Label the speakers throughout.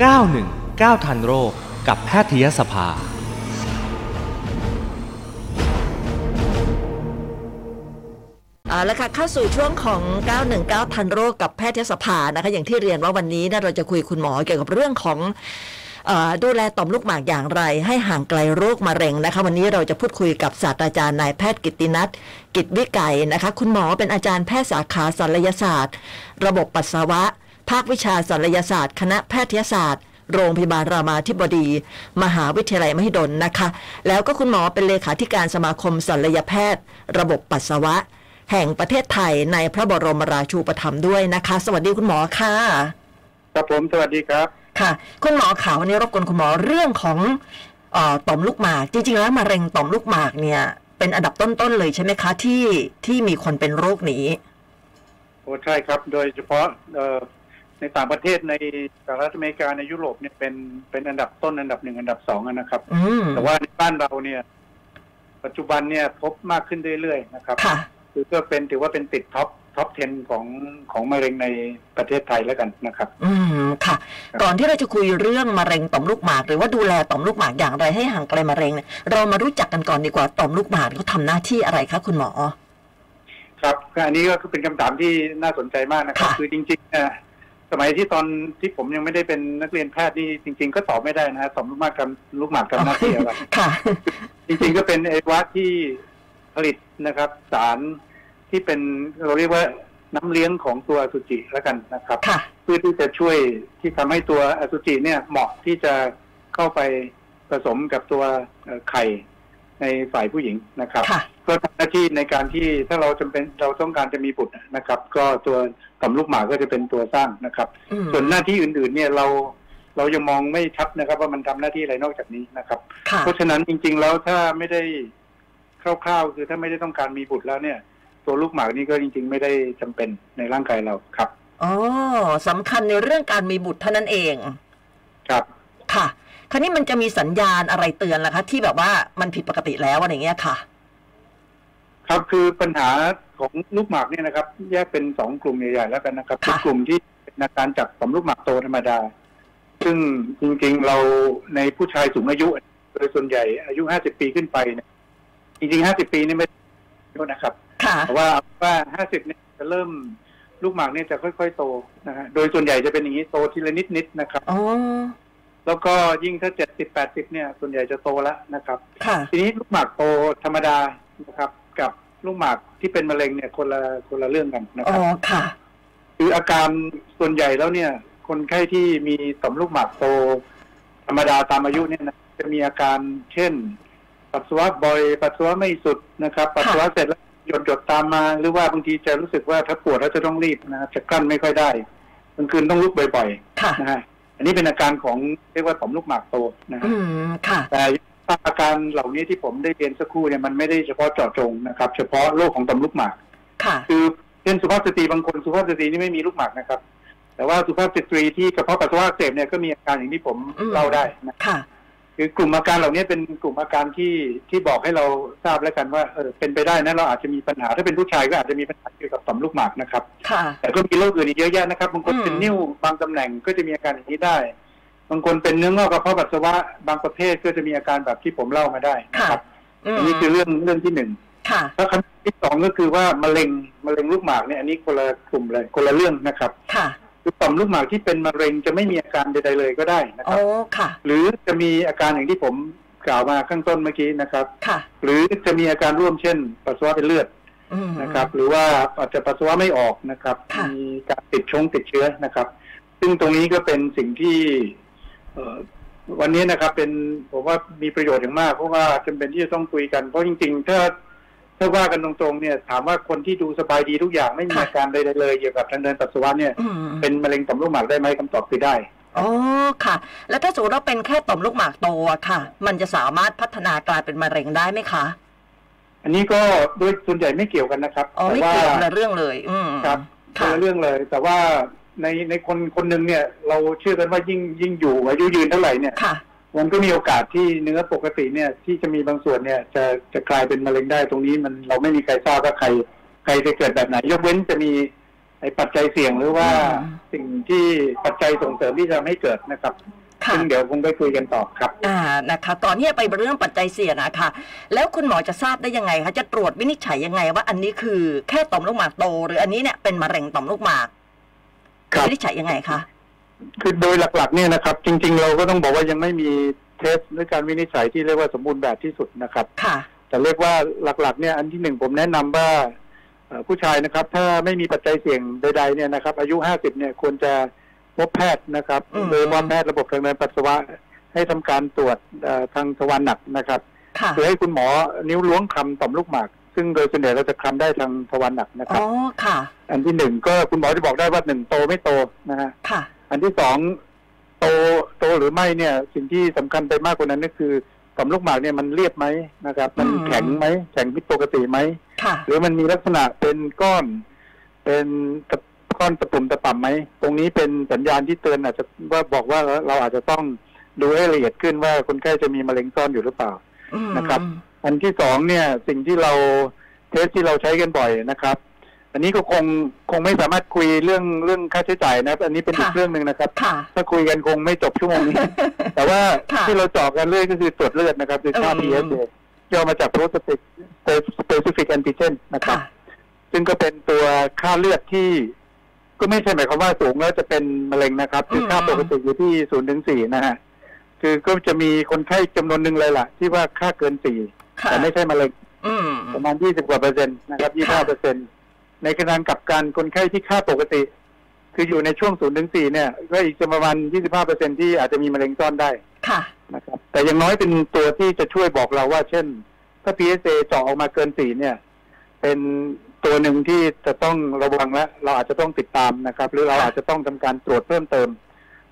Speaker 1: 919 ทันโรคกับแพทยสภา
Speaker 2: เอาละค่ะเข้าสู่ช่วงของ 919 ทันโรคกับแพทยสภานะคะอย่างที่เรียนว่าวันนี้เนะเราจะคุยคุณหมอเกี่ยวกับเรื่องของเออดูแลต่อมลูกหมากอย่างไร ให้ห่างไกลโรคมะเร็งนะคะวันนี้เราจะพูดคุยกับศาสตราจารย์นายแพทย์กิตตินัทกิจวิไกนะคะคุณหมอเป็นอาจารย์แพทย์สาขาศัลยศาสตร์ ระบบปัสสาวะ ภาควิชาศัลยศาสตร์ คณะแพทยศาสตร์ โรงพยาบาลรามาธิบดี มหาวิทยาลัยมหิดลนะคะ แล้วก็คุณหมอเป็นเลขาธิการสมาคมศัลยแพทย์ ระบบปัสสาวะ แห่งประเทศไทยในพระบรมราชูปถัมภ์ด้วยนะคะ สวัสดีคุณหมอค่ะ
Speaker 3: ครับผมสวัสดีครับ
Speaker 2: ค่ะ คุณหมอขาววันนี้รบกวนคุณหมอเรื่องของเออต่อมลูกหมาก จริงๆแล้วมะเร็งต่อมลูกหมากเนี่ยเป็นอันดับต้นๆเลยใช่ไหมคะที่ที่มีคนเป็นโรคนี้
Speaker 3: โอ้ใช่ครับ โดยเฉพาะเอ่อในต่างประเทศในสหรัฐอเมริกาในยุโรปเนี่ยเป็นเป็นอันดับต้นอันดับหนึ่งอันดับสองอะนะครับ
Speaker 2: อืม
Speaker 3: แต่ว่าในบ้านเราเนี่ย ปัจจุบันเนี่ยพบมากขึ้นเรื่อยๆนะครับ
Speaker 2: ค่ะ
Speaker 3: คือก็เป็นถือว่าเป็นติดท็อปท็อป 10 ของของมะเร็งในประเทศไทยแล้วกันนะครับ
Speaker 2: อืมค่ะ ก่อนที่เราจะคุยเรื่องมะเร็งต่อมลูกหมาก หรือว่าดูแลต่อมลูกหมากอย่างไรให้ห่างไกลมะเร็งเนี่ยเรามารู้จักกันก่อนดีกว่าต่อมลูกหมากเขาทำหน้าที่อะไรคะคุณหมอ
Speaker 3: ครับก็อันนี้ก็คือเป็นคำถามที่น่าสนใจมากนะครับ
Speaker 2: ค่ะ
Speaker 3: คือจริงๆเนยสมัยที่ตอนที่ผมยังไม่ได้เป็นนักเรียนแพทย์นี่จริง ๆ ก็ตอบไม่ได้นะฮะตอบลูกหมากกับลูกหมากกับหน้าที่อะไร
Speaker 2: ค่ะ
Speaker 3: จริงๆก็เป็นไอวัตที่ผลิตนะครับ สารที่เป็นเราเรียกว่าน้ำเลี้ยงของตัวอสุจิแล้วกันนะครับ
Speaker 2: ค่ะ
Speaker 3: เพื่อที่จะช่วยที่ทำให้ตัวอสุจิเนี่ยเหมาะที่จะเข้าไปผสมกับตัวเอ่อไข่ในฝ่ายผู้หญิงนะครับ
Speaker 2: ค่ะ
Speaker 3: ก็ทำหน้าที่ในการที่ถ้าเราจำเป็นเราต้องการจะมีบุตรนะครับ ก็ตัวต่อมลูกหมากก็จะเป็นตัวสร้างนะครับ
Speaker 2: อืม
Speaker 3: ส่วนหน้าที่อื่นๆ เนี่ยเราเรายังมองไม่ชัดนะครับ ว่ามันทำหน้าที่อะไรนอกจากนี้นะครับ
Speaker 2: ค่ะ
Speaker 3: เพราะฉะนั้นจริงๆแล้วถ้าไม่ได้คร่าวๆคือถ้าไม่ได้ต้องการมีบุตรแล้วเนี่ย ตัวลูกหมากนี่ก็จริง ๆ ไม่ได้จำเป็นในร่างกายเราครับ
Speaker 2: อ๋อสำคัญในเรื่องการมีบุตรเท่านั้นเอง
Speaker 3: ครับ
Speaker 2: ค่ะ คราวนี้มันจะมีสัญญาณอะไรเตือนล่ะคะ ที่แบบว่ามันผิดปกติแล้วอะไรอย่างเงี้ยค่ะ
Speaker 3: ครับคือปัญหาของลูกหมากเนี่ยนะครับ แยกเป็นสองกลุ่มใหญ่ๆแล้วกันนะครับ
Speaker 2: ค่ะ
Speaker 3: คือกลุ่มที่เป็นอาการจากต่อมลูกหมากโตธรรมดา ซึ่งจริงๆเราในผู้ชายสูงอายุโดยส่วนใหญ่อายุห้าสิบปีขึ้นไปเนี่ยจริงๆห้าสิบปีนี่ไม่ได้เยอะนะครับ
Speaker 2: ค่ะ
Speaker 3: แต่ว่าเอาว่า 50 เนี่ยจะเริ่มลูกหมากเนี่ยจะค่อย ๆ โตนะฮะ โดยส่วนใหญ่จะเป็นอย่างนี้โตทีละนิดนิดๆนะครับ
Speaker 2: อ๋อ
Speaker 3: แล้วก็ยิ่งถ้า 70 80 เนี่ย ส่วนใหญ่จะโตแล้วนะครับ
Speaker 2: ค่ะ
Speaker 3: ทีนี้ลูกหมากโตธรรมดานะครับ กับลูกหมากที่เป็นมะเร็งเนี่ยคนละคนละเรื่องกันนะค
Speaker 2: อ๋
Speaker 3: รั
Speaker 2: อ
Speaker 3: บ
Speaker 2: ค่ะ
Speaker 3: คืออาการส่วนใหญ่แล้วเนี่ย คนไข้ที่มีต่อมลูกหมากโต ธรรมดาตามอายุเนี่ยนะจะมีอาการเช่น ปัสสาวะบ่อยปัสสาวะไม่สุดนะครับ ปัสสาวะเสร็จแล้วหยดหยดๆตามมา หรือว่าบางทีจะรู้สึกว่าถ้าปวดแล้วจะต้องรีบนะครับจะกลั้นไม่ค่อยได้กลางคืนต้องลุกบ่อย
Speaker 2: ค่ะ
Speaker 3: ๆนะฮะอันนี้เป็นอาการของเรียกว่าต่อมลูกหมากโตนะฮะ
Speaker 2: อืม ค่ะ
Speaker 3: แต่อาการเหล่านี้ที่ผมได้เรียนสักครู่เนี่ยมันไม่ได้เฉพาะเจาะจงนะครับ เฉพาะโรคของต่อมลูกหมาก
Speaker 2: ค่ะ
Speaker 3: คือเช่นสุภาพสตรีบางคนสุภาพสตรีนี่ไม่มีลูกหมากนะครับ แต่ว่าสุภาพสตรีที่กระเพาะปัสสาวะอักเสบเนี่ยก็มีอาการอย่างที่ผม
Speaker 2: อืม
Speaker 3: เล่าได้นะ
Speaker 2: ค่ะ
Speaker 3: คือกลุ่มอาการเหล่านี้เป็นกลุ่มอาการที่ที่บอกให้เราทราบแล้วกันว่าเออเป็นไปได้นะเราอาจจะมีปัญหาถ้าเป็นผู้ชายก็อาจจะมีปัญหาเกี่ยวกับต่อมลูกหมากนะครับ
Speaker 2: ค่ะ
Speaker 3: แต่ก็มีโรคอื่นอีกเยอะแยะนะครับบางคนเป็น
Speaker 2: อืม
Speaker 3: นิ้วบางตำแหน่งก็จะมีอาการอย่างนี้ได้ บางคนเป็นเนื้องอกกระเพาะปัสสาวะบางประเภทก็จะมีอาการแบบที่ผมเล่ามาได้นะ
Speaker 2: ค่ะ
Speaker 3: ครับ
Speaker 2: อื
Speaker 3: อัน
Speaker 2: ม
Speaker 3: นี้คือเรื่องเรื่องที่หนึ่ง
Speaker 2: ค่ะ
Speaker 3: แล้วคำที่สองก็คือว่ามะเร็งมะเร็งลูกหมากเนี่ยอันนี้คนละกลุ่มเลยคนละเรื่องนะครับ
Speaker 2: ค่ะ
Speaker 3: คือต่อมลูกหมากที่เป็นมะเร็งจะไม่มีอาการใด ๆ เลยก็ได้นะค
Speaker 2: อ๋
Speaker 3: รั
Speaker 2: อ
Speaker 3: บ
Speaker 2: ค่ะ
Speaker 3: หรือจะมีอาการอย่างที่ผมกล่าวมาข้างต้นเมื่อกี้นะครับ
Speaker 2: ค่ะ
Speaker 3: หรือจะมีอาการร่วมเช่น ปัสสาวะเป็นเลือด
Speaker 2: อืม
Speaker 3: นะครับ หรือว่าอาจจะปัสสาวะไม่ออกนะครับ
Speaker 2: ค่ะ
Speaker 3: มีการติดชงติดเชื้อนะครับ ซึ่งตรงนี้ก็เป็นสิ่งที่เอ่อวันนี้นะครับ เป็นผมว่ามีประโยชน์อย่างมากเพราะว่าจำเป็นที่จะต้องคุยกันเพราะจริง ๆ ถ้าถ้าว่ากันตรงๆเนี่ย ถามว่าคนที่ดูสบายดีทุกอย่างไม่มีอาการใดๆเลยเกี่ยวกับทางเดินปัสสาวะเนี่ย
Speaker 2: อืม
Speaker 3: เป็นมะเร็งต่อมลูกหมากได้ไหมคำตอบคือได้
Speaker 2: อ๋อ ค่ะ แล้วถ้าสมมติว่าเป็นแค่ต่อมลูกหมากโตอะค่ะ มันจะสามารถพัฒนากลายเป็นมะเร็งได้ไหมคะ
Speaker 3: อันนี้ก็โดยส่วนใหญ่ไม่เกี่ยวกันนะครับ
Speaker 2: อ๋อ
Speaker 3: แต่
Speaker 2: ไม่
Speaker 3: ว่า
Speaker 2: เกี่ยวกับเรื่องเลย อืม
Speaker 3: ครับค
Speaker 2: ค่ะ
Speaker 3: นละเรื่องเลย แต่ว่าในในคนคนหนึ่งเนี่ย เราเชื่อกันว่ายิ่งยิ่งอยู่อายุยืนเท่าไหร่เนี่ย
Speaker 2: ค่ะ
Speaker 3: มันก็มีโอกาสที่เนื้อปกติเนี่ยที่จะมีบางส่วนเนี่ยจะจะกลายเป็นมะเร็งได้ตรงนี้มันเราไม่มีใครทราบว่าใคร ใครจะเกิดแบบไหน ยกเว้นจะมี ไอ้ปัจจัยเสี่ยงหรือว่า
Speaker 2: อืม
Speaker 3: สิ่งที่ปัจจัยส่งเสริมที่จะทำให้เกิดนะครับ
Speaker 2: ค่ะ
Speaker 3: ซึ่งเดี๋ยวคงได้คุยกันต่อครับ
Speaker 2: อ่านะคะก่อนที่จะไปเรื่องปัจจัยเสี่ยงนะคะแล้วคุณหมอจะทราบได้ยังไงคะจะตรวจวินิจฉัยยังไงว่าอันนี้คือแค่ต่อมลูกหมากโต หรืออันนี้เนี่ยเป็นมะเร็งต่อมลูกหมาก
Speaker 3: ครับ
Speaker 2: วินิจฉัยยังไงคะ
Speaker 3: คือโดยหลักๆเนี่ยนะครับ จริง ๆ เราก็ต้องบอกว่ายังไม่มีเทสหรือการวินิจฉัยที่เรียกว่าสมบูรณ์แบบที่สุดนะครับ
Speaker 2: ค่ะ
Speaker 3: แต่เรียกว่าหลักๆเนี่ยอันที่หนึ่งผมแนะนำว่าเอ่อผู้ชายนะครับ ถ้าไม่มีปัจจัยเสี่ยงใดๆเนี่ยนะครับ อายุห้าสิบเนี่ยควรจะพบแพทย์นะครับ
Speaker 2: อืม
Speaker 3: โดยเฉพาะแพทย์ระบบทางเดินปัสสาวะให้ทำการตรวจเอ่อทางทวารหนักนะครับ
Speaker 2: ค่ะ
Speaker 3: คือให้คุณหมอนิ้วล้วงคลำต่อมลูกหมาก ซึ่งโดยส่วนใหญ่เราจะคลำได้ทางทวารหนักนะครั
Speaker 2: อ๋
Speaker 3: บ
Speaker 2: อค่ะ
Speaker 3: อันที่หนึ่งก็คุณหมอจะบอกได้ว่าหนึ่งโตไม่โตนะฮะ
Speaker 2: ค่ะ
Speaker 3: อันที่สองโตโตหรือไม่เนี่ยสิ่งที่สำคัญไปมากกว่านั้นก็คือต่อมลูกหมากเนี่ยมันเรียบไหมนะครับ มันแข็งไหมแข็งผิดปกติไหม
Speaker 2: ค่ะ
Speaker 3: หรือมันมีลักษณะเป็นก้อน เป็นตะก้อนตะปุ่มตะป่ำไหม ตรงนี้เป็นสัญญาณที่เตือนอาจจะว่าบอกว่าเราอาจจะต้องดูให้ละเอียดขึ้นว่าคนไข้จะมีมะเร็งซ่อนอยู่หรือเปล่า
Speaker 2: อืม
Speaker 3: นะครับ อันที่สองเนี่ยสิ่งที่เราเทสที่เราใช้กันบ่อยนะครับ อันนี้ก็คงคงไม่สามารถคุยเรื่องเรื่องค่าใช้จ่ายนะครับ อันนี้เป็นอีก
Speaker 2: ค่ะ
Speaker 3: เรื่องหนึ่งนะครับ
Speaker 2: ค่ะ
Speaker 3: ถ้าคุยกันคงไม่จบชั่วโม งนี้ แต่ว่า
Speaker 2: ค่ะ
Speaker 3: ที่เราเจาะกันเรื่อยก็คือตรวจเลือดนะครับคือค่า
Speaker 2: อืม
Speaker 3: PSA ย่อมาจาก prostate specific antigen นะครับ
Speaker 2: ค่ะ
Speaker 3: ซึ่งก็เป็นตัวค่าเลือดที่ ก็ไม่ใช่หมายความว่าสูงแล้วจะเป็นมะเร็งนะครับ คือค่า
Speaker 2: อืม
Speaker 3: ปกติอยู่ที่ศูนย์ถึงสี่นะฮะ คือก็จะมีคนไข้จำนวนหนึ่งเลยล่ะ ที่ว่าค่าเกินสี่
Speaker 2: ค่ะ
Speaker 3: แต่ไม่ใช่มะเร็ง
Speaker 2: อืม
Speaker 3: ประมาณ 20 กว่าเปอร์เซ็นต์นะครับ
Speaker 2: ค่ะ
Speaker 3: 25เปอร์เซ็นต์ในขณะกลับกันคนไข้ที่ค่าปกติ คืออยู่ในช่วง 0 ถึง 4 เนี่ย ก็อีกจะประมาณ 25เปอร์เซ็นต์ที่อาจจะมีมะเร็งซ่อนได้
Speaker 2: ค่ะ
Speaker 3: นะครับ แต่อยังน้อยเป็นตัวที่จะช่วยบอกเราว่า เช่น ถ้า PSA เจาะออกมาเกิน 4 เนี่ย เป็นตัวหนึ่งที่จะต้องระวังและเราอาจจะต้องติดตามนะครับ หรือเราอาจจะต้องทำการตรวจเพิ่มเติม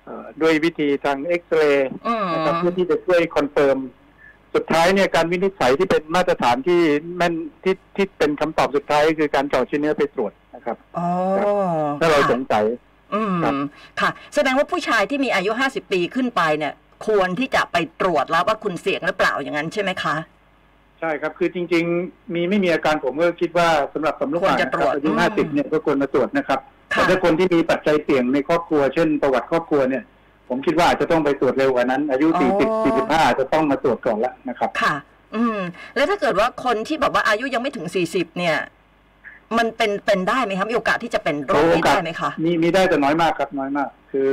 Speaker 3: เอ่อด้วยวิธีทางเอ็กซเรย์
Speaker 2: อืม
Speaker 3: นะครับเพื่อที่จะช่วยคอนเฟิร์มสุดท้ายเนี่ยการวินิจฉัยที่เป็นมาตรฐานที่แม่นที่ที่เป็นคำตอบสุดท้ายคือการเจาะชิ้นเนื้อไปตรวจนะครับ
Speaker 2: อ๋อ
Speaker 3: ถ้าเราส
Speaker 2: ค่ะ
Speaker 3: งสัย
Speaker 2: อืม
Speaker 3: ครับ
Speaker 2: ค่ะ แสดงว่าผู้ชายที่มีอายุ 50 ปีขึ้นไปเนี่ย ควรที่จะไปตรวจแล้วว่าคุณเสี่ยงหรือเปล่าอย่างนั้นใช่ไหมคะ
Speaker 3: ใช่ครับ คือจริง ๆ มีไม่มีอาการผมก็คิดว่าสำหรับสำลูกหมาก
Speaker 2: ควร
Speaker 3: นะค
Speaker 2: จะตรว
Speaker 3: รับ
Speaker 2: จ
Speaker 3: อายุ
Speaker 2: อืม
Speaker 3: ห้าสิบเนี่ยก็ควรมาตรวจนะครับแต่
Speaker 2: ค่ะ
Speaker 3: ถ้าคนที่มีปัจจัยเสี่ยงในครอบครัว เช่น ประวัติครอบครัวเนี่ย ผมคิดว่าอาจจะต้องไปตรวจเร็วกว่านั้น อายุ
Speaker 2: อ๋อ
Speaker 3: สี่สิบสี่สิบห้าอาจจะต้องมาตรวจก่อนละนะครับ
Speaker 2: ค่ะ อืม แล้วถ้าเกิดว่าคนที่แบบว่าอายุยังไม่ถึง 40 เนี่ย มันเป็นเป็นได้ไหมคะมีโอกาสที่จะเป็นโรคนี้ได้ไหมคะ
Speaker 3: มีมีได้แต่น้อยมากครับน้อยมาก คือ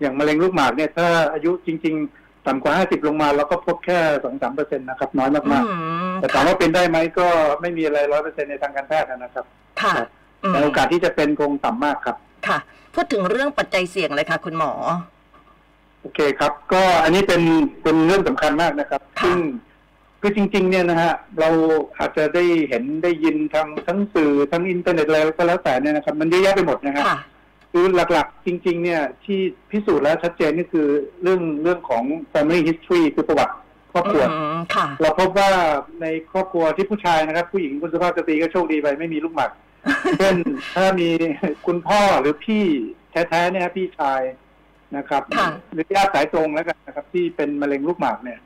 Speaker 3: อย่างมะเร็งลูกหมากเนี่ยถ้าอายุจริง ๆ ต่ำกว่า 50 ลงมาเราก็พบแค่สองสามเปอร์เซ็นต์นะครับ น้อย
Speaker 2: อื
Speaker 3: มาก
Speaker 2: ม
Speaker 3: ๆ แต่ถามว่าเป็นได้ไหมก็ไม่มีอะไรร้อยเปอร์เซ็นต์ในทางการแพทย์นะครับ
Speaker 2: ค่ะอืม
Speaker 3: แต่โอกาสที่จะเป็นคงต่ำมากครับ
Speaker 2: ค่ะ พูดถึงเรื่องปัจจัยเสี่ยงเลยค่ะ คุณหมอ
Speaker 3: โอเคครับ ก็อันนี้เป็นเป็นเรื่องสำคัญมากนะครับ
Speaker 2: ค่ะ
Speaker 3: ซึ่งคือจริง ๆ เนี่ยนะฮะเราอาจจะได้เห็นได้ยินทางทั้งสื่อทั้งอินเทอร์เน็ตอะไรก็แล้วแต่เนี่ยนะครับ มันเยอะแยะไปหมดนะครับ
Speaker 2: ค่ะ
Speaker 3: คือหลักๆ จริง ๆ เนี่ยที่พิสูจน์แล้วชัดเจนก็คือเรื่องเรื่องของ family history คือประวัติครอบครัว
Speaker 2: อืม ค่ะ
Speaker 3: เราพบว่าในครอบครัวที่ผู้ชายนะครับ ผู้หญิงคุณสภาพสตรีก็โชคดีไปไม่มีลูกหมั ก เช่นถ้ามีคุณพ่อหรือพี่แท้ๆเนี่ยพี่ชายนะครับ
Speaker 2: ค่ะ
Speaker 3: หรือญาติสายตรงแล้วกันนะครับ ที่เป็นมะเร็งลูกหมากเนี่ย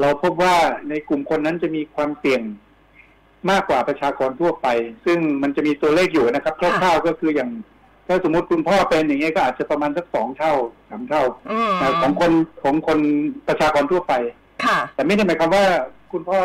Speaker 3: เราพบว่าในกลุ่มคนนั้นจะมีความเสี่ยงมากกว่าประชากรทั่วไป ซึ่งมันจะมีตัวเลขอยู่นะครับคร่าวๆก็คืออย่าง ถ้าสมมติคุณพ่อเป็นอย่างเงี้ยก็อาจจะประมาณสักสองเท่าสามเท่า
Speaker 2: อืม
Speaker 3: นะของคนของคนประชากรทั่วไป
Speaker 2: ค่ะ
Speaker 3: แต่ไม่ได้หมายความว่าคุณพ่อ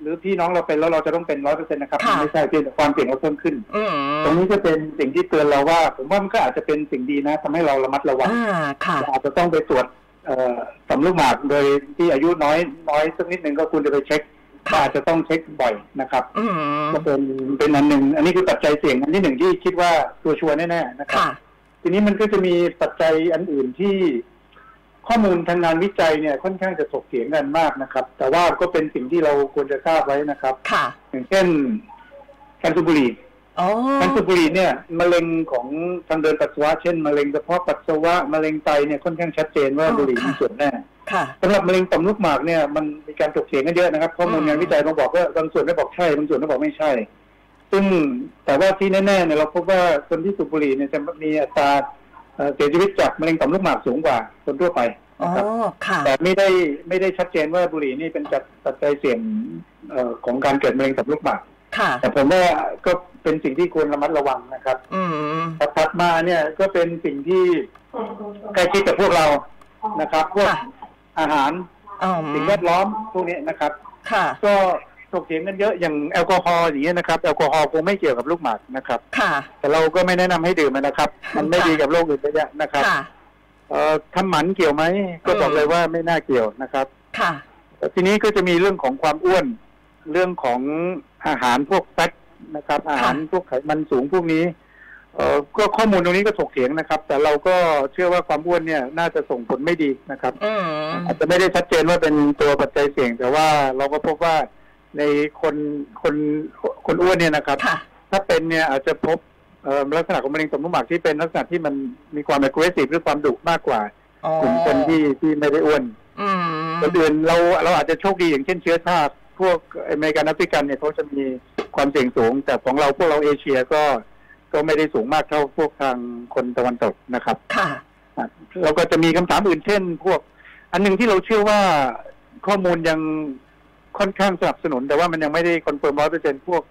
Speaker 3: หรือพี่น้องเราเป็นแล้วเราจะต้องเป็นร้อยเปอร์เซ็นต์นะครับ
Speaker 2: ค่ะ
Speaker 3: ไม่ใช่เพียงแต่ความเสี่ยงเราเพิ่มขึ้น
Speaker 2: อื
Speaker 3: ตร
Speaker 2: ม
Speaker 3: งนี้จะเป็นสิ่งที่เตือนเราว่า ผมว่ามันก็อาจจะเป็นสิ่งดีนะทำให้เราระมัดระวัง
Speaker 2: อ่า ค่ะ
Speaker 3: อาจจะต้องไปตรวจเอ่อสำลูกหมากโดยที่อายุน้อยน้อยสักนิดหนึ่งก็ควรจะไปเช็ค
Speaker 2: ค่ะ
Speaker 3: อาจจะต้องเช็คบ่อยนะครับ
Speaker 2: อืม
Speaker 3: ก็เป็นเป็นอันหนึ่งอันนี้คือปัจจัยเสี่ยงอันที่หนึ่งที่คิดว่าตัวชัวร์แน่ๆนะครับ
Speaker 2: ค่ะ
Speaker 3: ทีนี้มันก็จะมีปัจจัยอันอื่นที่ข้อมูลทางงานวิจัยเนี่ยค่อนข้างจะถกเถียงกันมากนะครับ แต่ว่าก็เป็นสิ่งที่เราควรจะทราบไว้นะครับ
Speaker 2: ค่ะ
Speaker 3: อย่างเช่นการสูบบุหรี่
Speaker 2: อ๋อ
Speaker 3: การสูบบุหรี่เนี่ยมะเร็งของทางเดินปัสสาวะเช่นมะเร็งกระเพาะปัสสาวะมะเร็งไตเนี่ยค่อนข้างชัดเจนว่าบุหรี่มีส่วนแน่
Speaker 2: ค่ะ
Speaker 3: สำหรับมะเร็งต่อมลูกหมากเนี่ยมันมีการถกเถียงกันเยอะนะครับข้อมูลงานวิจัยบางบอกว่าบางส่วนไม่บอกใช่บางส่วนไม่บอกไม่ใช่ ซึ่งแต่ว่าที่แน่ๆเนี่ยเราพบว่าคนที่สูบบุหรี่เนี่ยจะมีอัตราเอ่อเสียชีวิตจากมะเร็งต่อมลูกหมากสูงกว่าคนทั่วไป
Speaker 2: อ๋อ
Speaker 3: นะครับ
Speaker 2: ค่ะ
Speaker 3: แต่ไม่ได้ไม่ได้ชัดเจนว่าบุหรี่นี่เป็นจัดปัจจัยเสี่ยงเอ่อของการเกิดมะเร็งต่อมลูกหมาก
Speaker 2: ค่ะ
Speaker 3: แต่ผมว่าก็เป็นสิ่งที่ควรระมัดระวังนะครับ
Speaker 2: อืม
Speaker 3: ถัดถัดมาเนี่ยก็เป็นสิ่งที่ใกล้ชิดกับพวกเรานะครับ พวก
Speaker 2: ค่ะ
Speaker 3: อาหาร
Speaker 2: อ๋อ
Speaker 3: สิ่งแวดล้อมพวกนี้นะครับ
Speaker 2: ค่ะ
Speaker 3: ก็ถกเถียงกันเยอะอย่างแอลกอฮอล์อย่างเงี้ยนะครับแอลกอฮอล์คงไม่เกี่ยวกับลูกหมากนะครับ
Speaker 2: ค่ะ
Speaker 3: แต่เราก็ไม่แนะนำให้ดื่มนะครับ มันไม่
Speaker 2: ค่ะ
Speaker 3: ดีกับโรคอื่นเยอะแยะนะครับ
Speaker 2: ค่ะ
Speaker 3: เอ่อทำหมันเกี่ยวไหมก็บอก
Speaker 2: อืม
Speaker 3: เลยว่าไม่น่าเกี่ยวนะครับ
Speaker 2: ค่ะ
Speaker 3: ทีนี้ก็จะมีเรื่องของความอ้วน เรื่องของอาหารพวกแฟตนะครับ อาหารพวกไขมันสูงพวกนี้เอ่อก็ข้อมูลตรงนี้ก็ถกเถียงนะครับ แต่เราก็เชื่อว่าความอ้วนเนี่ยน่าจะส่งผลไม่ดีนะครับ
Speaker 2: อืม
Speaker 3: อาจจะไม่ได้ชัดเจนว่าเป็นตัวปัจจัยเสี่ยง แต่ว่าเราก็พบว่าในคนคนคนอ้วนเนี่ยนะครับ
Speaker 2: ค่ะ
Speaker 3: ถ้าเป็นเนี่ยอาจจะพบเอ่อลักษณะของมะเร็งต่อมลูกหมากที่เป็นลักษณะที่มันมีความ aggressive หรือความดุมากกว่ากลุ่มคนที่ที่ไม่ได้อ้วน
Speaker 2: อืม
Speaker 3: คนอื่นเราเราอาจจะโชคดีอย่างเช่นเชื้อชาติพวกอเมริกันแอฟริกันเนี่ยเขาจะมีความเสี่ยงสูง แต่ของเราพวกเราเอเชียก็ก็ไม่ได้สูงมากเท่าพวกทางคนตะวันตกนะครับ
Speaker 2: ค่ะ
Speaker 3: อ่ะเราก็จะมีคำถามอื่นเช่น พวก อันหนึงที่เราเชื่อว่าข้อมูลยังค่อนข้างสนับสนุน แต่ว่ามันยังไม่ได้คอนเฟิร์มร้อยเปอร์เซ็นพวก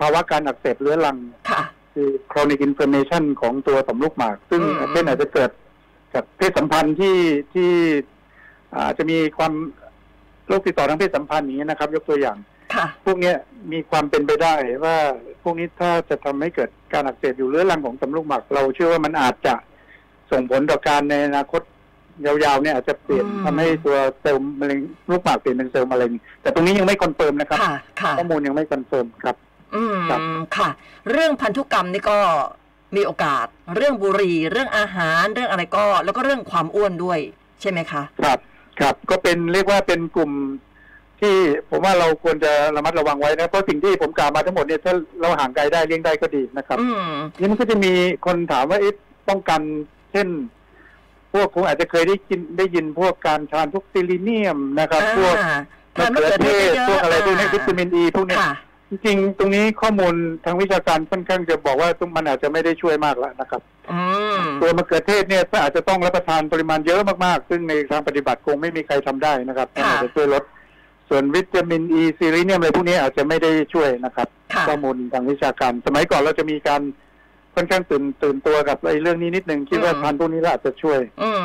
Speaker 3: ภาวะการอักเสบเรื้อรัง
Speaker 2: ค่ะ
Speaker 3: คือ chronic inflammation ของตัวต่อมลูกหมาก ซึ่ง
Speaker 2: อืม
Speaker 3: เช่นอาจจะเกิดจากเพศสัมพันธ์ที่ที่อาจจะมีความโรคติดต่อทางเพศสัมพันธ์อย่างนี้ยนะครับ ยกตัวอย่าง
Speaker 2: ค่ะ
Speaker 3: พวกเนี้ยมีความเป็นไปได้ว่าพวกนี้ถ้าจะทำให้เกิดการอักเสบอยู่เรื้อรังของต่อมลูกหมาก เราเชื่อว่ามันอาจจะส่งผลต่อการในอนาคตยาวๆเนี่ยอาจจะเปลี่ยน
Speaker 2: อืม
Speaker 3: ทำให้ตัวเซลล์มะเร็งลูกหมากเปลี่ยนเป็นเซลล์มะเร็งแต่ตรงนี้ยังไม่คอนเฟิร์มนะครับ
Speaker 2: ค่ะ ค่ะ
Speaker 3: ข้อมูลยังไม่คอนเฟิร์มครับ
Speaker 2: อืม
Speaker 3: ครับ
Speaker 2: ค่ะ เรื่องพันธุกรรมนี่ก็มีโอกาส เรื่องบุหรี่ เรื่องอาหาร เรื่องอะไรก็ แล้วก็เรื่องความอ้วนด้วย ใช่ไหมคะ
Speaker 3: ครับครับก็เป็นเรียกว่าเป็นกลุ่มที่ผมว่าเราควรจะระมัดระวังไว้นะเพราะสิ่งที่ผมกล่าวมาทั้งหมดเนี่ยถ้าเราห่างไกลได้เลี่ยงได้ก็ดีนะครับ
Speaker 2: อืม
Speaker 3: นี่มันก็จะมีคนถามว่าเอ๊ะป้องกัน เช่น พวกคงอาจจะเคยได้กินได้ยินพวกการทานพวกซิลิเนียมนะครับ พวก
Speaker 2: อ่าทานมะเขือเทศ
Speaker 3: พวกอะไรพวกนี้
Speaker 2: า
Speaker 3: วิตามินอีพวกนี้
Speaker 2: ค่ะ
Speaker 3: จริงๆตรงนี้ข้อมูลทางวิชาการค่อนข้างจะบอกว่าตรงมันอาจจะไม่ได้ช่วยมากแล้วนะครับ
Speaker 2: อืม
Speaker 3: ตัวมะเขือเทศเนี่ยก็อาจจะต้องรับประทานปริมาณเยอะมากๆ ซึ่งในทางปฏิบัติคงไม่มีใครทำได้นะครับ
Speaker 2: ค่ะ
Speaker 3: อาจจะช่วยลด ส่วนวิตามินอีซีรีเนียมอะไรพวกนี้อาจจะไม่ได้ช่วยนะครับ
Speaker 2: ค่ะ
Speaker 3: ข้อมูลทางวิชาการ สมัยก่อนเราจะมีการค่อนข้างตื่นตื่นตัวกับไอ้เรื่องนี้นิดนึงคิดว่า
Speaker 2: อืม
Speaker 3: ทานพวกนี้แล้วอาจจะช่วย
Speaker 2: อืม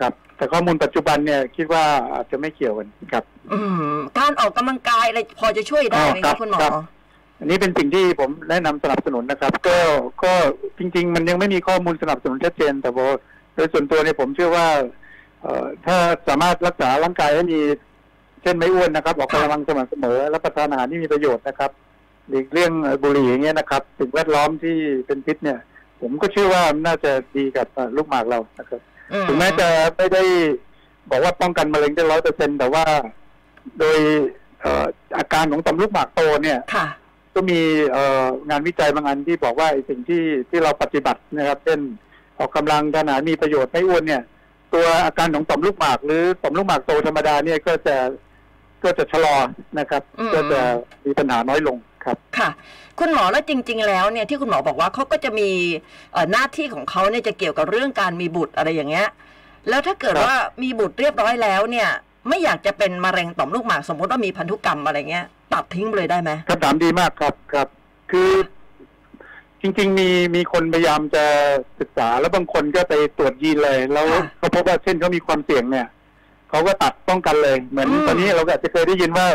Speaker 3: ครับ แต่ข้อมูลปัจจุบันเนี่ยคิดว่าอาจจะไม่เกี่ยวกันครับ
Speaker 2: อืม การออกกำลังกายอะไรพอจะช่วยได้ไหม
Speaker 3: อ๋อครั
Speaker 2: คะ
Speaker 3: บ
Speaker 2: คุณหมอ
Speaker 3: ครับ อันนี้เป็นสิ่งที่ผมแนะนำสนับสนุนนะครับ ก็ก็จริง ๆ มันยังไม่มีข้อมูลสนับสนุนชัดเจน แต่ว่าโดยส่วนตัวเนี่ยผมเชื่อว่าเอ่อถ้าสามารถรักษาร่างกายให้มี เช่นไม่อ้วนนะครับ ออกกำลังสม่ำเสมอรับประทานอาหารที่มีประโยชน์นะครับหลีกเลี่ยงบุหรี่อย่างเงี้ยนะครับสิ่งแวดล้อมที่เป็นพิษเนี่ย ผมก็เชื่อว่าน่าจะดีกับเอ่อลูกหมากเรานะครับ
Speaker 2: อื
Speaker 3: ถึงแม้จะไม่ได้บอกว่าป้องกันมะเร็งได้ร้อยเปอร์เซ็นแต่ว่าโดยเอ่ออาการของต่อมลูกหมากโตเนี่ย
Speaker 2: ค่ะ
Speaker 3: ก็มีเอ่องานวิจัยบางอันที่บอกว่าไอ้สิ่งที่ที่เราปฏิบัตินะครับเช่นออกกำลังทานอาหารมีประโยชน์ไม่อ้วนเนี่ย ตัวอาการของต่อมลูกหมาก หรือต่อมลูกหมากโตธรรมดาเนี่ยก็จะก็จะชะลอนะครับ
Speaker 2: อืม
Speaker 3: ก็จะมีปัญหาน้อยลงครับ
Speaker 2: ค่ะ คุณหมอแล้วจริง ๆ แล้วเนี่ยที่คุณหมอบอกว่าเขาก็จะมีเอ่อหน้าที่ของเขาเนี่ยจะเกี่ยวกับเรื่องการมีบุตรอะไรอย่างเงี้ย แล้วถ้าเกิด
Speaker 3: ครับ
Speaker 2: ว่ามีบุตรเรียบร้อยแล้วเนี่ย ไม่อยากจะเป็นมะเร็งต่อมลูกหมากสมมติว่ามีพันธุกรรมอะไรเงี้ย ตัดทิ้งไปเลยได้ไหม
Speaker 3: คำถามดีมากครับครับ คือจริง ๆ มีมีคนพยายามจะศึกษาแล้วบางคนก็ไปตรวจยีนเลย แล้ว
Speaker 2: ค่ะ
Speaker 3: เขาพบว่าเช่นเขามีความเสี่ยงเนี่ยเขาก็ตัดป้องกันเลย เหมือน
Speaker 2: อืม
Speaker 3: ตอนนี้เราก็อาจจะเคยได้ยินว่า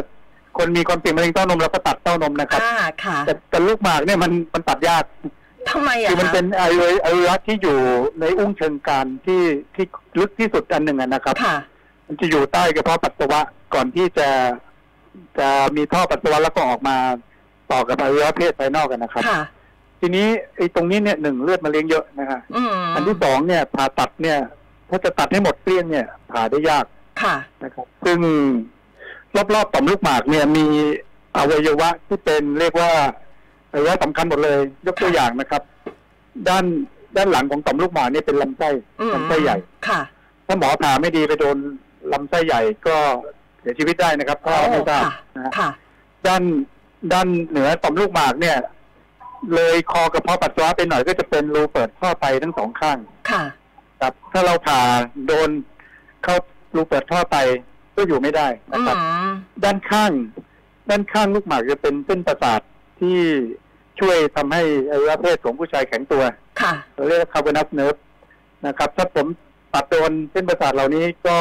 Speaker 3: คนมีความเสี่ยงมะเร็งเต้านมเราก็ตัดเต้านมนะครับ
Speaker 2: อ่าค่ะ
Speaker 3: แต่แต่ลูกหมากเนี่ยมันมันตัดยาก
Speaker 2: ทำไมอ่ะ
Speaker 3: คือมัน
Speaker 2: คะ
Speaker 3: เป็นอวัยวะอวัยวะที่อยู่ในอุ้งเชิงกรานที่ที่ลึกที่สุดอันหนึ่งอะนะครับ
Speaker 2: ค่ะ
Speaker 3: มันจะอยู่ใต้กระเพาะปัสสาวะก่อนที่จะจะมีท่อปัสสาวะแล้วก็ออกมาต่อกับอวัยวะเพศภายนอกกันนะครับ
Speaker 2: ค่ะ
Speaker 3: ทีนี้ไอ้ตรงนี้เนี่ยหนึ่งเลือดมาเลี้ยงเยอะนะฮะ
Speaker 2: อืม
Speaker 3: อันที่สองเนี่ยผ่าตัดเนี่ยถ้าจะตัดให้หมดเกลี้ยงเนี่ยผ่าได้ยาก
Speaker 2: ค่ะ
Speaker 3: นะครับซึ่งรอบๆต่อมลูกหมากเนี่ยมีอวัยวะที่เป็นเรียกว่าอวัยวะสำคัญหมดเลย ยกตัวอย่างนะครับ ด้านด้านหลังของต่อมลูกหมากเนี่ยเป็นลำไส้
Speaker 2: อืม
Speaker 3: ลำไส้ใหญ่
Speaker 2: ค่ะ
Speaker 3: ถ้าหมอผ่าไม่ดีไปโดนลำไส้ใหญ่ก็เสียชีวิตได้นะครับถ้าไม่ทราบนะฮะ
Speaker 2: ค่ะ
Speaker 3: ด้านด้านเหนือต่อมลูกหมากเนี่ย เลยคอกระเพาะปัสสาวะไปหน่อยก็จะเป็นรูเปิดท่อไปทั้งสองข้าง
Speaker 2: ค่ะ
Speaker 3: ครับ ถ้าเราผ่าโดนเข้ารูเปิดท่อไปก็อยู่ไม่ได้นะ
Speaker 2: อื
Speaker 3: ครับ
Speaker 2: ม
Speaker 3: ด้านข้าง ด้านข้างลูกหมากจะเป็นเส้นประสาท ที่ช่วยทำให้อวัยวะเพศของผู้ชายแข็งตัว
Speaker 2: ค่ะ
Speaker 3: เราเรียกว่าคาร์บอนัสเนิร์ฟนะครับ ถ้าผมตัดโดนเส้นประสาทเหล่านี้ก็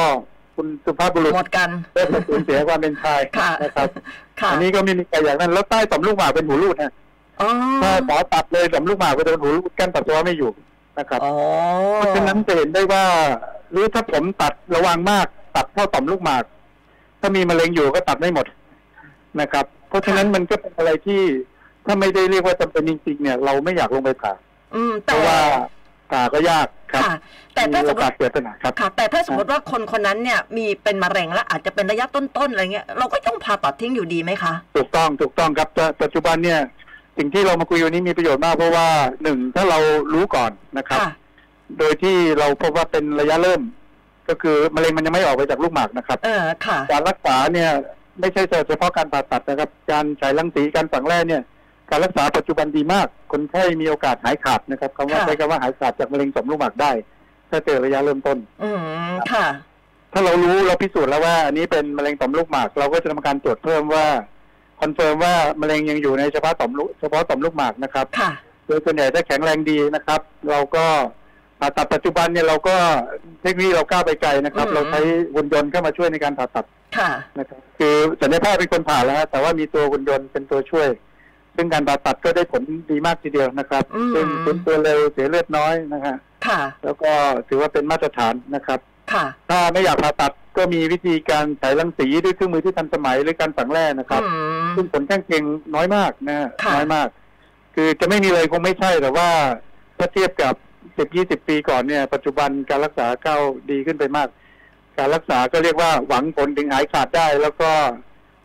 Speaker 3: คุณสุภาพบุรุษ
Speaker 2: หมดกัน
Speaker 3: ได้สูญเสียความเป็นชาย
Speaker 2: ค่ะ
Speaker 3: นะครับ
Speaker 2: ค่ะ
Speaker 3: อันนี้ก็ไม่มีใครอยากนั้นแล้วใต้ต่อมลูกหมากเป็นหูรูดฮะ
Speaker 2: อ๋อ
Speaker 3: ถ้าหมอตัดเลยต่อมลูกหมากก็จะเป็นหูรูดกั้นปัสสาวะไม่อยู่นะครับ
Speaker 2: อ๋อ
Speaker 3: เพราะฉะนั้นจะเห็นได้ว่า หรือถ้าผมตัดระวังมากตัดเข้าต่อมลูกหมาก ถ้ามีมะเร็งอยู่ก็ตัดไม่หมดนะครับ เพราะฉะนั้นมันก็เป็นอะไรที่ถ้าไม่ได้เรียกว่าจำเป็นจริงๆเนี่ย เราไม่อยากลงไปผ่า
Speaker 2: อืม
Speaker 3: เพ
Speaker 2: แต่
Speaker 3: ราะว่าผ่าก็ยากครับ
Speaker 2: ค่ะ แต่ถ้า
Speaker 3: มี
Speaker 2: ส
Speaker 3: โอ
Speaker 2: มม
Speaker 3: กาส
Speaker 2: ติ
Speaker 3: เกิดปัญหาครับ
Speaker 2: ค่ะ แต่ถ้าสมมติว่าคนคนนั้นเนี่ย มีเป็นมะเร็งแล้วอาจจะเป็นระยะต้นๆอะไรเงี้ยเราก็ต้องผ่าตัดทิ้งอยู่ดีไหมคะ
Speaker 3: ถูกต้องถูกต้องครับแต่ปัจจุบันเนี่ยสิ่งที่เรามาคุยวันนี้มีประโยชน์มากเพราะว่าหนึ่งถ้าเรารู้ก่อนนะครับ
Speaker 2: ค่ะ
Speaker 3: โดยที่เราพบว่าเป็นระยะเริ่ม ก็คือมะเร็งมันยังไม่ออกไปจากลูกหมากนะครับ
Speaker 2: เออค่ะ
Speaker 3: การรักษาเนี่ยไม่ใช่เฉพาะการผ่าตัดนะครับ การฉายรังสีการฝังแร่เนี่ย การรักษาปัจจุบันดีมาก คนไข้มีโอกาสหายขาดนะครับคำว่า
Speaker 2: ค่ะ
Speaker 3: ใช้คำว่าหายขาดจากมะเร็งต่อมลูกหมากได้ ถ้าเจอระยะเริ่มต้น
Speaker 2: อืมค่ะ
Speaker 3: ถ้าเรารู้เราพิสูจน์แล้วว่าอันนี้เป็นมะเร็งต่อมลูกหมาก เราก็จะทำการตรวจเพิ่มว่าคอนเฟิร์มว่ามะเร็งยังอยู่ในเฉพาะต่อมลูกเฉพาะต่อมลูกหมากนะครับ
Speaker 2: ค่ะ
Speaker 3: โดยส่วนใหญ่ถ้าแข็งแรงดีนะครับ เราก็ผ่าตัดปัจจุบันเนี่ยเราก็เทคโนโลยีเราก้าวไปไกลนะครับ
Speaker 2: อืม
Speaker 3: เราใช้หุ่นยนต์เข้ามาช่วยในการผ่าตัด
Speaker 2: ค่ะ
Speaker 3: นะครับ คือศัลยแพทย์เป็นคนผ่าแล้วฮะแต่ว่ามีตัวหุ่นยนต์เป็นตัวช่วย ซึ่งการผ่าตัดก็ได้ผลดีมากทีเดียวนะครับ
Speaker 2: อืม
Speaker 3: ซึ่งฟื้นตัวเร็วเสียเลือดน้อยนะฮะ
Speaker 2: ค่ะ
Speaker 3: แล้วก็ถือว่าเป็นมาตรฐานนะครับ
Speaker 2: ค่ะ
Speaker 3: ถ้าไม่อยากผ่าตัดก็มีวิธีการฉายรังสีด้วยเครื่องมือที่ทันสมัยหรือการฝังแร่นะครับ
Speaker 2: อืม
Speaker 3: ซึ่งผลข้างเคียงน้อยมากนะฮะ
Speaker 2: ค่ะ
Speaker 3: น้อยมาก คือจะไม่มีเลยคงไม่ใช่แต่ว่าถ้าเทียบกับสิบยี่สิบปีก่อนเนี่ย ปัจจุบันการรักษาก้าวดีขึ้นไปมาก การรักษาก็เรียกว่าหวังผลถึงหายขาดได้ แล้วก็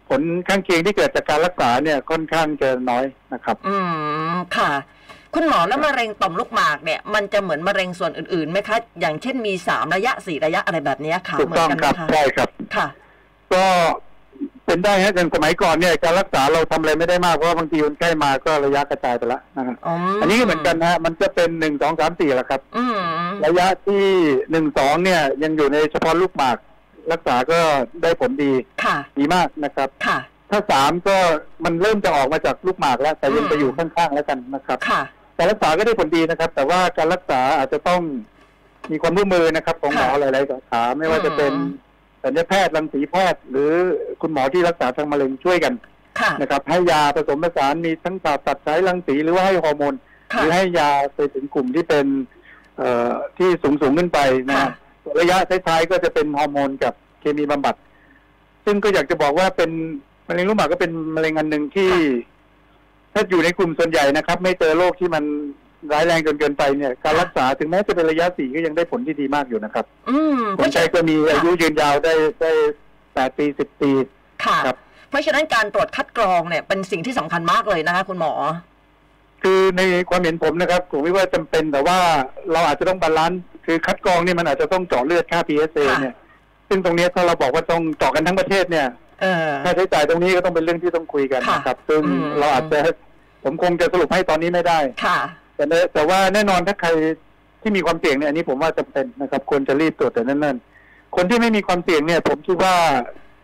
Speaker 3: ผลข้างเคียงที่เกิดจากการรักษาเนี่ยค่อนข้างจะน้อยนะครับ
Speaker 2: อืมค่ะ คุณหมอแล้วมะเร็งต่อมลูกหมากเนี่ย มันจะเหมือนมะเร็งส่วนอื่นๆไหมคะ อย่างเช่นมีสามระยะสี่ระยะอะไรแบบเนี้ยค่ะ
Speaker 3: ถูก
Speaker 2: เหมือ
Speaker 3: ต้อน ง
Speaker 2: กัน
Speaker 3: ค
Speaker 2: ไหม
Speaker 3: รับ
Speaker 2: คะ
Speaker 3: ใช่ครับ
Speaker 2: ค่ะ
Speaker 3: ก็เป็นได้ฮะอย่างสมัยก่อนเนี่ยการรักษาเราทำอะไรไม่ได้มากเพราะว่าบางทีคนไข้มาก็ระยะกระจายไปละนะฮะอันนี้ก็เหมือนกันนะฮะมันจะเป็นหนึ่งสองสามสี่แหละครับ
Speaker 2: อืม
Speaker 3: ระยะที่หนึ่งสองเนี่ยยังอยู่ในเฉพาะลูกหมาก รักษาก็ได้ผลดี
Speaker 2: ค่ะ
Speaker 3: ดีมากนะครับ
Speaker 2: ค่ะ
Speaker 3: ถ้าสามก็มันเริ่มจะออกมาจากลูกหมากแล้ว แต่ยัง
Speaker 2: อืม
Speaker 3: ไปอยู่ข้างๆแล้วกันนะครับ
Speaker 2: ค่ะ
Speaker 3: การรักษาก็ได้ผลดีนะครับ แต่ว่าการรักษาอาจจะต้องมีความร่วมมือนะครับ ของหมอ
Speaker 2: ค่ะ
Speaker 3: หลายๆสาขาไม่ว่าจะเป็น
Speaker 2: อืม
Speaker 3: สัลยแพทย์รังสีแพทย์ หรือคุณหมอที่รักษาทางมะเร็งช่วยกัน
Speaker 2: ค่ะ
Speaker 3: นะครับให้ยาผสมผสานมีทั้งผ่าตัดใช้รังสีหรือว่าให้ฮอร์โมน ห
Speaker 2: ค่ะ
Speaker 3: รือให้ยาไปถึงกลุ่มที่เป็นเอ่อที่สูงสูงขึ้นไปนะ
Speaker 2: ค่ะ
Speaker 3: ฮะส่วนระยะท้ายๆก็จะเป็นฮอร์โมนกับเคมีบำบัด ซึ่งก็อยากจะบอกว่าเป็นมะเร็งลูกหมากก็เป็นมะเร็งอันหนึ่งที่ ถ้าอยู่ในกลุ่มส่วนใหญ่นะครับ ไม่เจอโรคที่มันร้ายแรงจนเกินไปเนี่ย การรักษาถึงแม้จะเป็นระยะสี่ก็ยังได้ผลที่ดีมากอยู่นะครับ
Speaker 2: อืม
Speaker 3: ค
Speaker 2: เพราะ
Speaker 3: น
Speaker 2: ฉะ
Speaker 3: ใช้
Speaker 2: นั้น
Speaker 3: ก็มีอายุยืนยาวได้ได้แปดปีสิบปี
Speaker 2: ค่ะ
Speaker 3: ครับ
Speaker 2: เพราะฉะนั้นการตรวจคัดกรองเนี่ยเป็นสิ่งที่สำคัญมากเลยนะคะคุณหมอ
Speaker 3: คือในความเห็นผมนะครับผมไม่ว่าจำเป็นแต่ว่าเราอาจจะต้องบาลานซ์คือคัดกรองเนี่ยมันอาจจะต้องเจาะเลือดค่า PSA
Speaker 2: ค่ะ
Speaker 3: เนี่ย ซึ่งตรงเนี้ยถ้าเราบอกว่าต้องเจาะกันทั้งประเทศเนี่ย
Speaker 2: เออ
Speaker 3: ค่าใช้จ่ายตรงนี้ก็ต้องเป็นเรื่องที่ต้องคุยกัน
Speaker 2: ค่ะ
Speaker 3: นะครับ ซึ่ง
Speaker 2: อืม
Speaker 3: เราอาจจะผมคงจะสรุปให้ตอนนี้ไม่ได้
Speaker 2: ค่ะ
Speaker 3: แต่เนอะแต่ว่าแน่นอนถ้าใครที่มีความเสี่ยงเนี่ยอันนี้ผมว่าจำเป็นนะครับควรจะรีบตรวจแต่นั่นนั่นๆคนที่ไม่มีความเสี่ยงเนี่ย ผมคิดว่า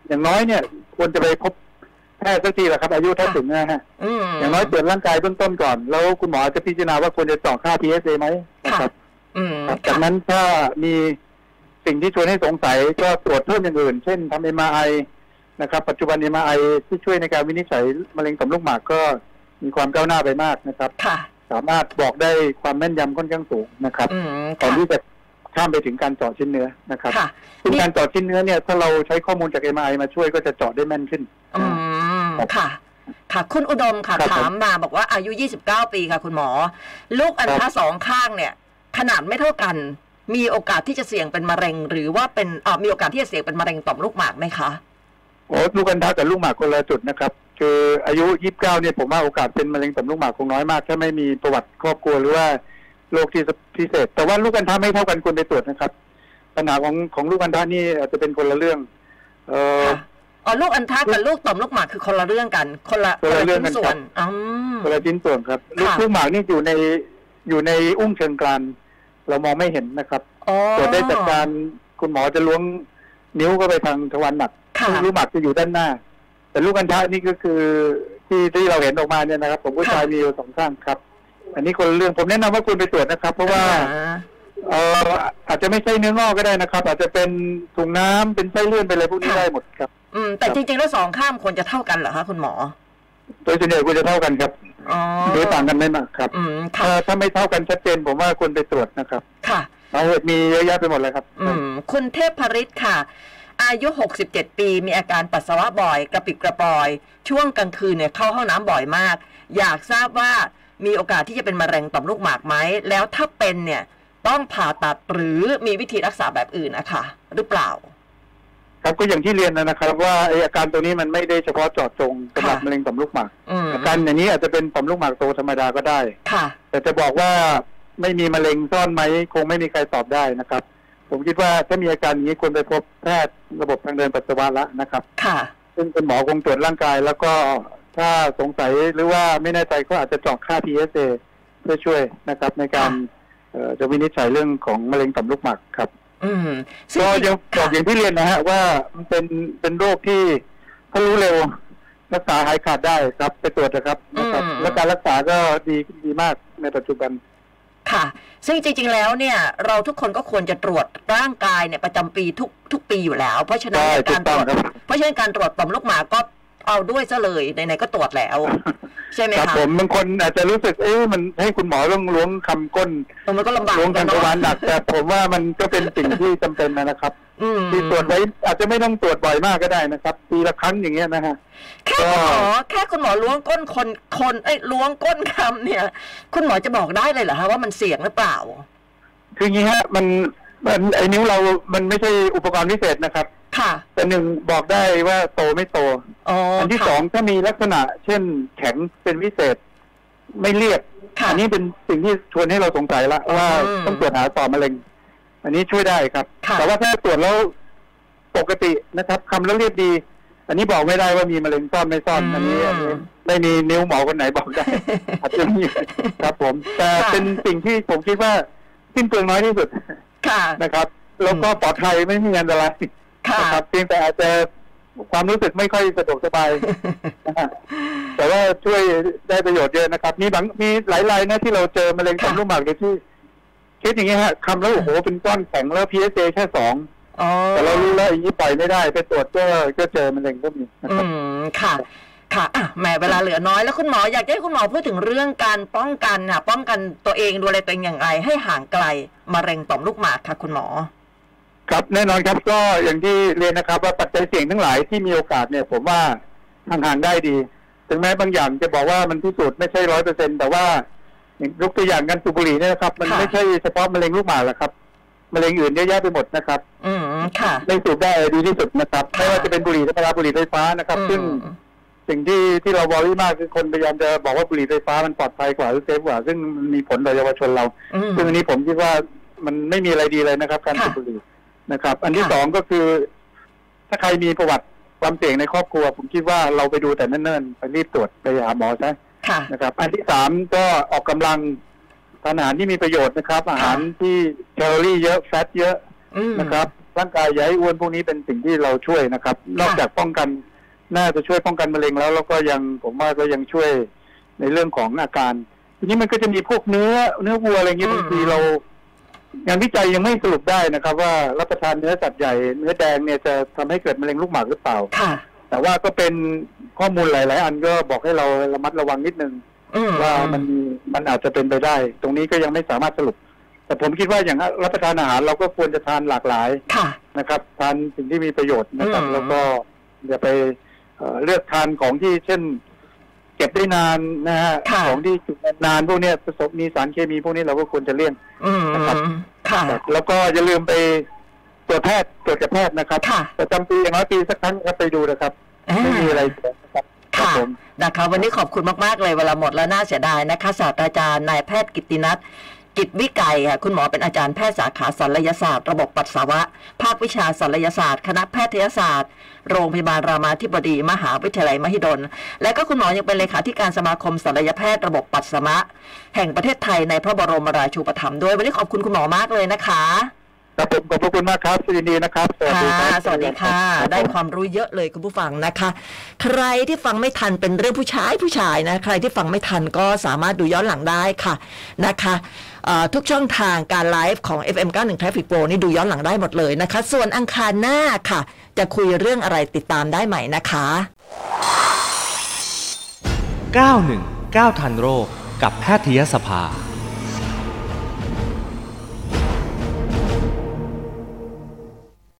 Speaker 3: อย่างน้อยเนี่ย ควรจะไปพบแพทย์สักทีแหละครับ อายุถ้า
Speaker 2: ค่ะ
Speaker 3: ถึงนะฮะ
Speaker 2: อืม
Speaker 3: อย่างน้อยตรวจร่างกายเบื้องต้นก่อน แล้วคุณหมอจะพิจารณาว่าควรจะเจาะค่า PSA ไหมนะค
Speaker 2: ค่ะ
Speaker 3: รับ
Speaker 2: อืม
Speaker 3: ครับจาก
Speaker 2: ค่ะ
Speaker 3: นั้นถ้ามีสิ่งที่ชวนให้สงสัยก็ตรวจเพิ่มอย่างอื่น เช่นทำ MRI นะครับ ปัจจุบัน MRI ที่ช่วยในการวินิจฉัยมะเร็งต่อมลูกหมากก็มีความก้าวหน้าไปมากนะครับ
Speaker 2: ค่ะ
Speaker 3: สามารถบอกได้ความแม่นยำค่อนข้างสูงนะครับ
Speaker 2: อืม
Speaker 3: ก่อน
Speaker 2: ค่ะ
Speaker 3: ที่จะข้ามไปถึงการเจาะชิ้นเนื้อนะครับ
Speaker 2: ค่ะ
Speaker 3: ซึ่งการเจาะชิ้นเนื้อเนี่ยถ้าเราใช้ข้อมูลจาก MRI มาช่วยก็จะเจาะได้แม่นขึ้น
Speaker 2: อื
Speaker 3: นะ
Speaker 2: มค่ะ ค่ะ คุณอุดมค่ะ
Speaker 3: ครับผม
Speaker 2: ถามมาบอกว่าอายุ 29 ปีค่ะ คุณหมอ ลูกอัณ
Speaker 3: ครั
Speaker 2: ฑะ
Speaker 3: บ
Speaker 2: สองข้างเนี่ย ขนาดไม่เท่ากัน มีโอกาสที่จะเสี่ยงเป็นมะเร็ง หรือว่าเป็นอ่ามีโอกาสที่จะเสี่ยงเป็นมะเร็งต่อมลูกหมากไหมคะ
Speaker 3: โอ้ลูกอันทะกับลูกหมากคนละจุดนะครับ คืออายุ 29 เนี่ยผมว่าโอกาสเป็นมะเร็งต่อมลูกหมากคงน้อยมาก ถ้าไม่มีประวัติครอบครัวหรือว่าโรคที่พิเศษ แต่ว่าลูกอันทะไม่เท่ากันควรไปตรวจนะครับ ปัญหาของของลูกอันทะนี่อาจจะเป็นคนละเรื่อง เออ
Speaker 2: ค่ะอ๋อลูกอัณฑะกับลูกต่อมลูกหมากคือคนละเรื่องกัน คนละ
Speaker 3: คนละเรื่องกั
Speaker 2: ชิ้
Speaker 3: น
Speaker 2: ส่ว
Speaker 3: ครั
Speaker 2: น
Speaker 3: บ
Speaker 2: อ๋อ
Speaker 3: คนละชิ้นส่วนครับ ลูก
Speaker 2: ค่ะ
Speaker 3: ลูกหมากนี่อยู่ในอยู่ในอุ้งเชิงกรานเรามองไม่เห็นนะครับ
Speaker 2: อ๋อ
Speaker 3: ตรวจได้จากการคุณหมอจะล้วงนิ้วเข้าไปทางทวารหนัก
Speaker 2: ค่ะ
Speaker 3: ลูกหมากจะอยู่ด้านหน้า แต่ลูกอัญชันนี่ก็คือที่ที่เราเห็นออกมาเนี่ยนะครับ ผมผู้ชายมีอยู่สองข้างครับ อันนี้คนละเรื่องผมแนะนำว่าคุณไปตรวจนะครับ เพราะว่า
Speaker 2: อ่า
Speaker 3: เอ่ออาจจะไม่ใช่เนื้องอกก็ได้นะครับ อาจจะเป็นถุงน้ำเป็นไส้เลื่อนเป็นอะไรพวกนี้ได้หมดครับ
Speaker 2: อืมแต่
Speaker 3: ครับ
Speaker 2: จริงๆแล้วสองข้ามควรจะเท่ากันเหรอคะคุณหมอ
Speaker 3: โดยส่วนใหญ่ควรจะเท่ากันครับ
Speaker 2: อ๋อ
Speaker 3: หรือต่างกันไม่มากครับ
Speaker 2: อืมค่ะ
Speaker 3: ถ้าถ้าไม่เท่ากันชัดเจนผมว่าควรไปตรวจนะครับ
Speaker 2: ค่ะ
Speaker 3: สาเหตุมีเยอะแยะไปหมดเลยครับ
Speaker 2: อืม คุณเทพพริตค่ะ อายุ 67 ปี มีอาการปัสสาวะบ่อย กระปิดกระปอย ช่วงกลางคืนเนี่ยเข้าห้องน้ำบ่อยมาก อยากทราบว่ามีโอกาสที่จะเป็นมะเร็งต่อมลูกหมากไหม แล้วถ้าเป็นเนี่ย ต้องผ่าตัดหรือมีวิธีรักษาแบบอื่นนะคะหรือเปล่า
Speaker 3: ครับก็อย่างที่เรียนนะครับ ว่าไอ้อาการตัวนี้มันไม่ได้เฉพาะเจาะจงสำหรับ
Speaker 2: ค่ะ
Speaker 3: มะเร็งต่อมลูกหมาก
Speaker 2: อืม
Speaker 3: อาการอย่างนี้อาจจะเป็นต่อมลูกหมากโตธรรมดาก็ได้
Speaker 2: ค่ะ
Speaker 3: แต่จะบอกว่าไม่มีมะเร็งซ่อนไหมคงไม่มีใครตอบได้นะครับ ผมคิดว่าถ้ามีอาการอย่างนี้ควรไปพบแพทย์ระบบทางเดินปัสสาวะละนะครับ
Speaker 2: ค่ะ
Speaker 3: ซึ่งคุณหมอคงตรวจร่างกาย แล้วก็ถ้าสงสัยหรือว่าไม่แน่ใจก็อาจจะเจาะค่า PSA เพื่อช่วยนะครับ ในการเอ่อจะวินิจฉัยเรื่องของมะเร็งต่อมลูกหมากครับ
Speaker 2: อืมซึ่
Speaker 3: ก็ยังบอ
Speaker 2: ค่ะ
Speaker 3: กอย่างที่เรียนนะฮะว่ามันเป็นเป็นโรคที่ถ้ารู้เร็ว รักษาหายขาดได้ครับไปตรวจนะครับนะครับ และการรักษาก็ดีดีมากในปัจจุบัน
Speaker 2: ค่ะ ซึ่งจริงๆแล้วเนี่ย เราทุกคนก็ควรจะตรวจร่างกายเนี่ยประจำปีทุกทุกปีอยู่แล้ว เพราะฉะนั้น
Speaker 3: ใช่
Speaker 2: เนี่ยการตรวจ
Speaker 3: ถูกต้องครับ
Speaker 2: เพราะฉะนั้นการตรวจต่อมลูกหมากก็เอาด้วยซะเลยไหนๆก็ตรวจแล้ว ใช่ไหม
Speaker 3: ครับ
Speaker 2: คะ
Speaker 3: ผมบางคนอาจจะรู้สึกเอ๊ะมันให้คุณหมอต้องล้วงคำก้น
Speaker 2: เออมันก็ลำบาก
Speaker 3: ล้วง
Speaker 2: กั
Speaker 3: ทาน ง
Speaker 2: เน
Speaker 3: ทวารหนั
Speaker 2: าะ
Speaker 3: ก แต่ผมว่ามันก็เป็นสิ่งที่จำเป็นนะครับ
Speaker 2: อืม
Speaker 3: ที่ตรวจไว้อาจจะไม่ต้องตรวจบ่อยมากก็ได้นะครับ ปีละครั้งอย่างเงี้ยนะฮะ
Speaker 2: แค่คุณหมอแค่คุณหมอล้วงก้นคนคนเอ้ยล้วงก้นคำเนี่ย คุณหมอจะบอกได้เลยเหรอคะว่ามันเสี่ยงหรือเปล่า
Speaker 3: คืออย่างงี้ฮะมันมันไอ้นิ้วเรามันไม่ใช่อุปกรณ์พิเศษนะครับ
Speaker 2: ค่ะ
Speaker 3: แต่หนึ่งบอกได้ว่าโตไม่โต
Speaker 2: อ๋อ
Speaker 3: อันที่สองถ้ามีลักษณะ เช่นแข็งเป็นพิเศษ ไม่เรียบ
Speaker 2: ค่ะ
Speaker 3: อันี้เป็นสิ่งที่ชวนให้เราสงสัยละว่า
Speaker 2: อืม
Speaker 3: ต้องตรวจหาต่อมะเร็ง อันนี้ช่วยได้ครับ
Speaker 2: ค่ะ
Speaker 3: แต่ว่าถ้าตรวจแล้วปกตินะครับคำแล้วเรียบดี อันนี้บอกไม่ได้ว่ามีมะเร็งซ่อนไม่ซ่อนอันนี้อันนี้ไม่มีนิ้วหมอคนไหนบอก ได้ อาจจะมีครับผม แต่เป็นสิ่งที่ผมคิดว่าสิ้นเปลืองน้อยที่สุด
Speaker 2: ค่ะ
Speaker 3: นะครับแล้วก็ปลอดภัยไม่มีอันตราย
Speaker 2: ค่ะ
Speaker 3: นะครับเพียงแต่อาจจะความรู้สึกไม่ค่อยสะดวกสบายนะฮะแต่ว่าช่วยได้ประโยชน์เยอะนะครับ มีบางมีหลายรายนะที่เราเจอมะเร็งต่อม
Speaker 2: ค่ะ
Speaker 3: ลูกหมากเลยที่คิดอย่างเงี้ยฮะคำแล้วโอ้โหเป็นก้อนแข็งแล้ว PSA แค่สอง
Speaker 2: อ๋อ
Speaker 3: แต่เรารู้แล้วอย่างนี้ปล่อยไม่ได้ไปตรวจก็ก็เจอมะเร็งพวก็มีนะค
Speaker 2: อื
Speaker 3: รับ
Speaker 2: มค่ะ ค่ะอ่ะแหมเวลาเหลือน้อยแล้วคุณหมออยากให้คุณหมอพูดถึงเรื่องการป้องกันค่ะ ป้องกันตัวเองดูแลตัวเองอย่างไร ให้ห่างไกลมะเร็งต่อมลูกหมากค่ะ คุณหมอ
Speaker 3: ครับแน่นอนครับก็อย่างที่เรียนนะครับ ว่าปัจจัยเสี่ยงทั้งหลายที่มีโอกาสเนี่ย ผมว่าห่างๆได้ดี ถึงแม้บางอย่างจะบอกว่ามันพิสูจน์ไม่ใช่ร้อยเปอร์เซ็นแต่ว่าอย่างยกตัวอย่างการสูบบุหรี่เนี่ยนะครับ มัน
Speaker 2: ค่ะ
Speaker 3: ไม่ใช่เฉพาะมะเร็งลูกหมากหรอกครับมะเร็งอื่นเยอะแยะไปหมดนะครับ
Speaker 2: อืมค่ะ
Speaker 3: ไม่สูบได้ดีที่สุดนะครับไม่ว่าจะเป็นบุหรี่ธรรมดาบุหรี่ไฟฟ้านะครับ ซึ่ง
Speaker 2: อืม
Speaker 3: สิ่งที่ที่เราวอรี่มากคือคนพยายามจะบอกว่าบุหรี่ไฟฟ้ามันปลอดภัยกว่าหรือเซฟกว่า ซึ่งมันมีผลต่อเยาวชนเรา
Speaker 2: อืม
Speaker 3: ซึ่งอันนี้ผมคิดว่ามันไม่มีอะไรดีเลยนะครับ การสูบ
Speaker 2: ค่ะ
Speaker 3: บุหรี่นะครับ อันที่
Speaker 2: ค่ะ
Speaker 3: สองก็คือ ถ้าใครมีประวัติความเสี่ยงในครอบครัว ผมคิดว่าเราไปดูแต่เนิ่นๆไปรีบตรวจไปหาหมอซะ
Speaker 2: ค่ะ
Speaker 3: นะครับ อันที่สามก็ออกกำลังทานอาหารที่มีประโยชน์นะครับ อาหารที่แคลอรี่เยอะแฟตเยอะ
Speaker 2: อืม
Speaker 3: นะครับ ร่างกายอย่าให้อ้วนพวกนี้เป็นสิ่งที่เราช่วยนะครับ นอกจากป้องกันน่าจะช่วยป้องกันมะเร็งแล้วแล้วก็ยังผมว่าก็ยังช่วยในเรื่องของอาการ ทีนี้มันก็จะมีพวกเนื้อเนื้อวัวอะไรเงี้ย
Speaker 2: อืม
Speaker 3: บางทีเรางานวิจัยยังไม่สรุปได้นะครับ ว่ารับประทานเนื้อสัตว์ใหญ่เนื้อแดงเนี่ยจะทำให้เกิดมะเร็งลูกหมากหรือเปล่า
Speaker 2: ค่ะ
Speaker 3: แต่ว่าก็เป็นข้อมูลหลาย ๆ อันก็บอกให้เราระมัดระวังนิดนึง
Speaker 2: อืม
Speaker 3: ว่ามันมันอาจจะเป็นไปได้ ตรงนี้ก็ยังไม่สามารถสรุป แต่ผมคิดว่าอย่างรับประทานอาหารเราก็ควรจะทานหลากหลาย
Speaker 2: ค่ะ
Speaker 3: นะครับทานสิ่งที่มีประโยชน์นะครับ
Speaker 2: อืม
Speaker 3: แล้วก็อย่าไปเอ่อเลือกทานของที่เช่น เก็บได้นานนะฮะ
Speaker 2: ค่ะ
Speaker 3: ของที่จุนานๆพวกเนี้ยผสมมีสารเคมีพวกนี้เราก็ควรจะเลี่ยง
Speaker 2: อืม
Speaker 3: นะครับ
Speaker 2: ค่ะ
Speaker 3: ครับแล้วก็อย่าลืมไปตรวจแพทย์ตรวจกับแพทย์นะครับ
Speaker 2: ค่ะ
Speaker 3: ประจำปีอย่างน้อยปีสักครั้งครับไปดูนะครับ ไม่มีอะไรเสียนะครับครับ
Speaker 2: ค่ะ
Speaker 3: ผม
Speaker 2: นะคะวันนี้ขอบคุณมาก ๆ เลยเวลาหมดแล้วน่าเสียดายนะคะศาสตราจารย์นายแพทย์กิตตินัทกิจวิไกรค่ะคุณหมอเป็นอาจารย์แพทย์สาขาศัลยศาสตร์ระบบปัสสาวะ ภาควิชาศัลยศาสตร์ คณะแพทยศาสตร์ โรงพยาบาลรามาธิบดี มหาวิทยาลัยมหิดล และก็คุณหมอยังเป็นเลขาธิการสมาคมศัลยแพทย์ระบบปัสสาวะ แห่งประเทศไทยในพระบรมราชูปถัมภ์ด้วยวันนี้ขอบคุณคุณหมอมากเลยนะคะ
Speaker 3: ครับผมขอบพระคุณ คุณมากครับยินดีนะครับสวัสดีค
Speaker 2: ค่ะ
Speaker 3: รับ
Speaker 2: สวัสดีค่ะ
Speaker 3: รับ
Speaker 2: ได้
Speaker 3: ผม
Speaker 2: ความรู้เยอะเลยคุณผู้ฟังนะคะ ใครที่ฟังไม่ทันเป็นเรื่องผู้ชายผู้ชายนะ ใครที่ฟังไม่ทันก็สามารถดูย้อนหลังได้ค่ะนะคะเอ่อทุกช่องทางการไลฟ์ของ FM 91 Traffic Pro นี่ดูย้อนหลังได้หมดเลยนะคะ ส่วนอังคารหน้าค่ะ จะคุยเรื่องอะไรติดตามได้ใหม่นะคะ
Speaker 1: 919 ทันโรคกับแพทยสภา